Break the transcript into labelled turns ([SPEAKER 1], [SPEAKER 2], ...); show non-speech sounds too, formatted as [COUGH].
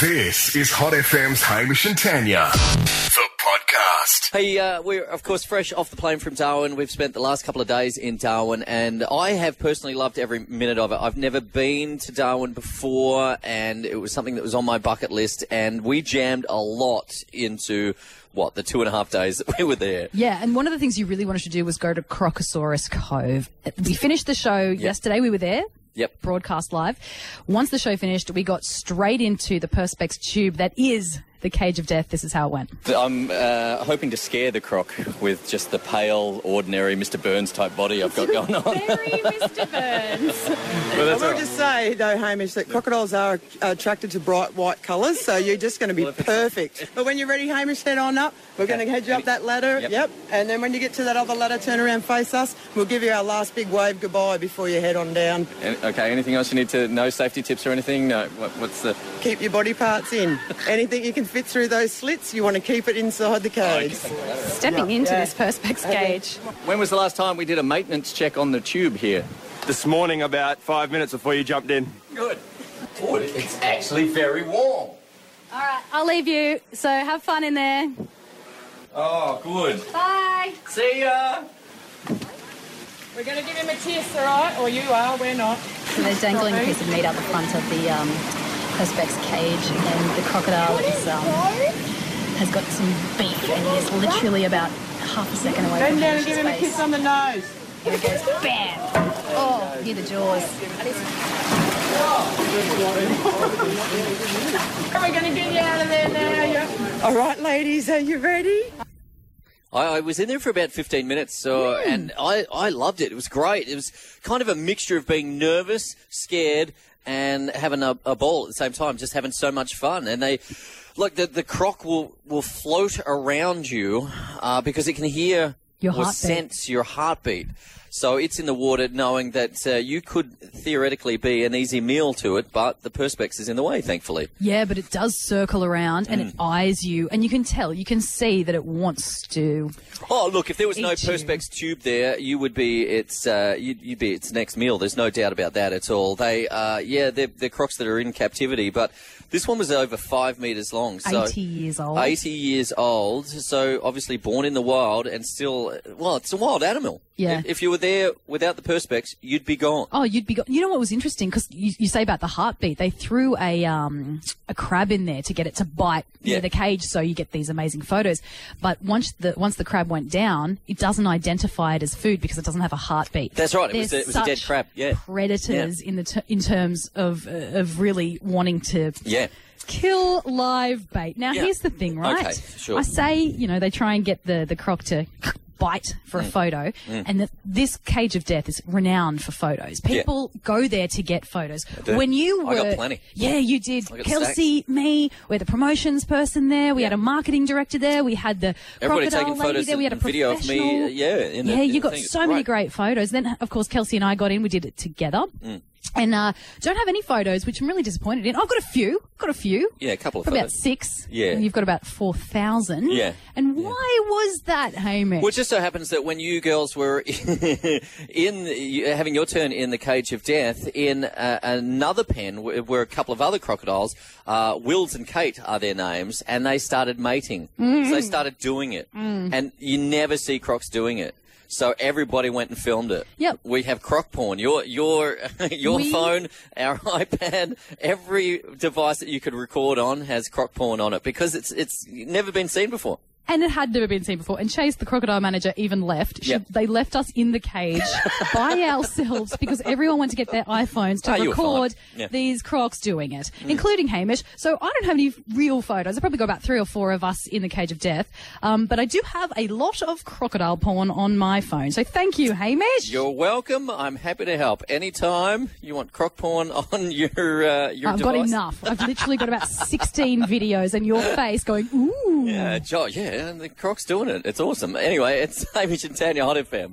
[SPEAKER 1] This is Hot FM's Hamish and Tanya, the podcast.
[SPEAKER 2] Hey, uh, we're of course fresh off the plane from Darwin. We've spent the last couple of days in Darwin, and I have personally loved every minute of it. I've never been to Darwin before, and it was something that was on my bucket list. And we jammed a lot into what the two and a half days that we were there.
[SPEAKER 3] Yeah, and one of the things you really wanted to do was go to Crocosaurus Cove. We finished the show yesterday. We were there.
[SPEAKER 2] Yep.
[SPEAKER 3] Broadcast live. Once the show finished, we got straight into the Perspex tube that is the cage of death. This is how it went.
[SPEAKER 4] I'm uh, hoping to scare the croc with just the pale, ordinary Mr. Burns type body I've got
[SPEAKER 2] [LAUGHS]
[SPEAKER 4] going on.
[SPEAKER 3] Very Mr. Burns.
[SPEAKER 5] I will just say, though, Hamish, that crocodiles are attracted to bright white colours, so you're just going to be perfect. But when you're ready, Hamish, head on up. We're going to head you up that ladder.
[SPEAKER 4] Yep.
[SPEAKER 5] Yep. And then when you get to that other ladder, turn around, face us. We'll give you our last big wave goodbye before you head on down.
[SPEAKER 4] An- Okay, anything else you need to know? Safety tips or anything? No, what, what's the.
[SPEAKER 5] Keep your body parts in. Anything you can fit through those slits, you want to keep it inside the cage.
[SPEAKER 3] Stepping into this Perspex cage.
[SPEAKER 4] When was the last time we did a maintenance check on the tube here?
[SPEAKER 6] this morning about five minutes before you jumped in.
[SPEAKER 4] Good. It's actually very warm.
[SPEAKER 3] All right, I'll leave you. So have fun in there.
[SPEAKER 4] Oh, good.
[SPEAKER 3] Bye.
[SPEAKER 4] See ya.
[SPEAKER 7] We're going to give him a kiss, all right? Or you are, we're not.
[SPEAKER 3] So they're dangling a piece of meat out the front of the um, Perspex cage, and the crocodile is, um, has got some beef, and he's literally about half a second away
[SPEAKER 5] Bend
[SPEAKER 3] from
[SPEAKER 5] down and give
[SPEAKER 3] finishing
[SPEAKER 5] him a
[SPEAKER 3] his
[SPEAKER 5] kiss
[SPEAKER 3] face.
[SPEAKER 5] on the nose.
[SPEAKER 3] Here it goes, bam! Oh, near the jaws.
[SPEAKER 7] Are we going to get you out of there now? You're
[SPEAKER 5] All right, ladies, are you ready?
[SPEAKER 2] I, I was in there for about 15 minutes, so
[SPEAKER 3] Hmm.
[SPEAKER 2] and I, I loved it. It was great. It was kind of a mixture of being nervous, scared, and having a, a ball at the same time, just having so much fun. And they, look, the, the croc will, will float around you uh, because it can hear
[SPEAKER 3] Your
[SPEAKER 2] or
[SPEAKER 3] heartbeat.
[SPEAKER 2] sense your heartbeat. So it's in the water knowing that uh, you could theoretically be an easy meal to it, but the perspex is in the way, thankfully.
[SPEAKER 3] Yeah, but it does circle around and it eyes you, and you can tell, you can see that it wants to.
[SPEAKER 2] Oh, look! If there was no
[SPEAKER 3] Eat you.
[SPEAKER 2] perspex tube there, you would be its uh, you'd, you'd be its next meal. There's no doubt about that at all. They, uh, yeah, they're, they're crocs that are in captivity, but this one was over five meters long. So
[SPEAKER 3] 80 years old.
[SPEAKER 2] 80 years old. So obviously born in the wild and still, well, it's a wild animal.
[SPEAKER 3] Yeah.
[SPEAKER 2] If, if you were there without the perspex, you'd be gone.
[SPEAKER 3] Oh, you'd be. Go- you know what was interesting because you, you say about the heartbeat. They threw a um a crab in there to get it to bite
[SPEAKER 2] Yeah.
[SPEAKER 3] near the cage, so you get these amazing photos. But once the once the crab went down, it doesn't identify it as food because it doesn't have a heartbeat.
[SPEAKER 2] That's right, it was
[SPEAKER 3] They're
[SPEAKER 2] a- it was a dead
[SPEAKER 3] such
[SPEAKER 2] crab, yeah.
[SPEAKER 3] predators in the ter- in terms of uh, of really wanting to
[SPEAKER 2] Yeah.
[SPEAKER 3] kill live bait. Now,
[SPEAKER 2] Yeah.
[SPEAKER 3] here's the thing, right?
[SPEAKER 2] Okay, sure.
[SPEAKER 3] I say, you know, they try and get the, the croc to [LAUGHS] bite for a
[SPEAKER 2] Mm.
[SPEAKER 3] photo, and the, this cage of death is renowned for photos. People go there to get photos.
[SPEAKER 2] do.
[SPEAKER 3] When you were.
[SPEAKER 2] I got plenty.
[SPEAKER 3] Yeah, you did.
[SPEAKER 2] I got
[SPEAKER 3] Kelsey, me, we had the promotions person there, we had a marketing director there, we had the
[SPEAKER 2] Everybody
[SPEAKER 3] crocodile
[SPEAKER 2] taking
[SPEAKER 3] lady
[SPEAKER 2] photos
[SPEAKER 3] there, we had a
[SPEAKER 2] and video of me,
[SPEAKER 3] professional-
[SPEAKER 2] uh, yeah, in the-
[SPEAKER 3] yeah,
[SPEAKER 2] in
[SPEAKER 3] you
[SPEAKER 2] the
[SPEAKER 3] got
[SPEAKER 2] thing. It's
[SPEAKER 3] so
[SPEAKER 2] great. Mm.
[SPEAKER 3] many great great photos. Then, of course, Kelsey and I got in. We did it together. And uh, don't have any photos, which I'm really disappointed in. I've got a few. Got a few.
[SPEAKER 2] Yeah, a couple of
[SPEAKER 3] About
[SPEAKER 2] photos.
[SPEAKER 3] six.
[SPEAKER 2] Yeah.
[SPEAKER 3] And you've got about 4,000.
[SPEAKER 2] Yeah.
[SPEAKER 3] And why was that, Hamish?
[SPEAKER 2] Well, it just so happens that when you girls were [LAUGHS] in you- having your turn in the cage of death, in uh, another pen w- were a couple of other crocodiles, uh, Wills and Kate are their names, and they started mating. So
[SPEAKER 3] Mm.
[SPEAKER 2] they started doing it, and you never see crocs doing it. So everybody went and filmed it.
[SPEAKER 3] Yep.
[SPEAKER 2] We have croc porn. Your your [LAUGHS] your
[SPEAKER 3] We-
[SPEAKER 2] phone, our [LAUGHS] iPad, every device that you could record on has croc porn on it because it's it's never been seen before.
[SPEAKER 3] and it had never been seen before. And Chase, the crocodile manager, even left. She,
[SPEAKER 2] Yep.
[SPEAKER 3] They left us in the
[SPEAKER 2] [LAUGHS]
[SPEAKER 3] cage by ourselves because everyone went to get their iPhones to
[SPEAKER 2] Oh, you were
[SPEAKER 3] record
[SPEAKER 2] fine. Yeah. Mm.
[SPEAKER 3] these crocs doing it, including Hamish. So I don't have any real photos. I probably got about three or four of us in the cage of death. Um, but I do have a lot of crocodile porn on my phone. So thank you, Hamish.
[SPEAKER 2] You're welcome. I'm happy to help. Anytime you want croc porn [LAUGHS] on your uh, your
[SPEAKER 3] I've
[SPEAKER 2] device.
[SPEAKER 3] got enough. I've literally got
[SPEAKER 2] [LAUGHS]
[SPEAKER 3] about 16 videos and your face going, ooh.
[SPEAKER 2] [LAUGHS] Yeah, Joe, yeah, and the croc's doing it. It's awesome. Anyway, it's Hamish and Tanya Hot FM.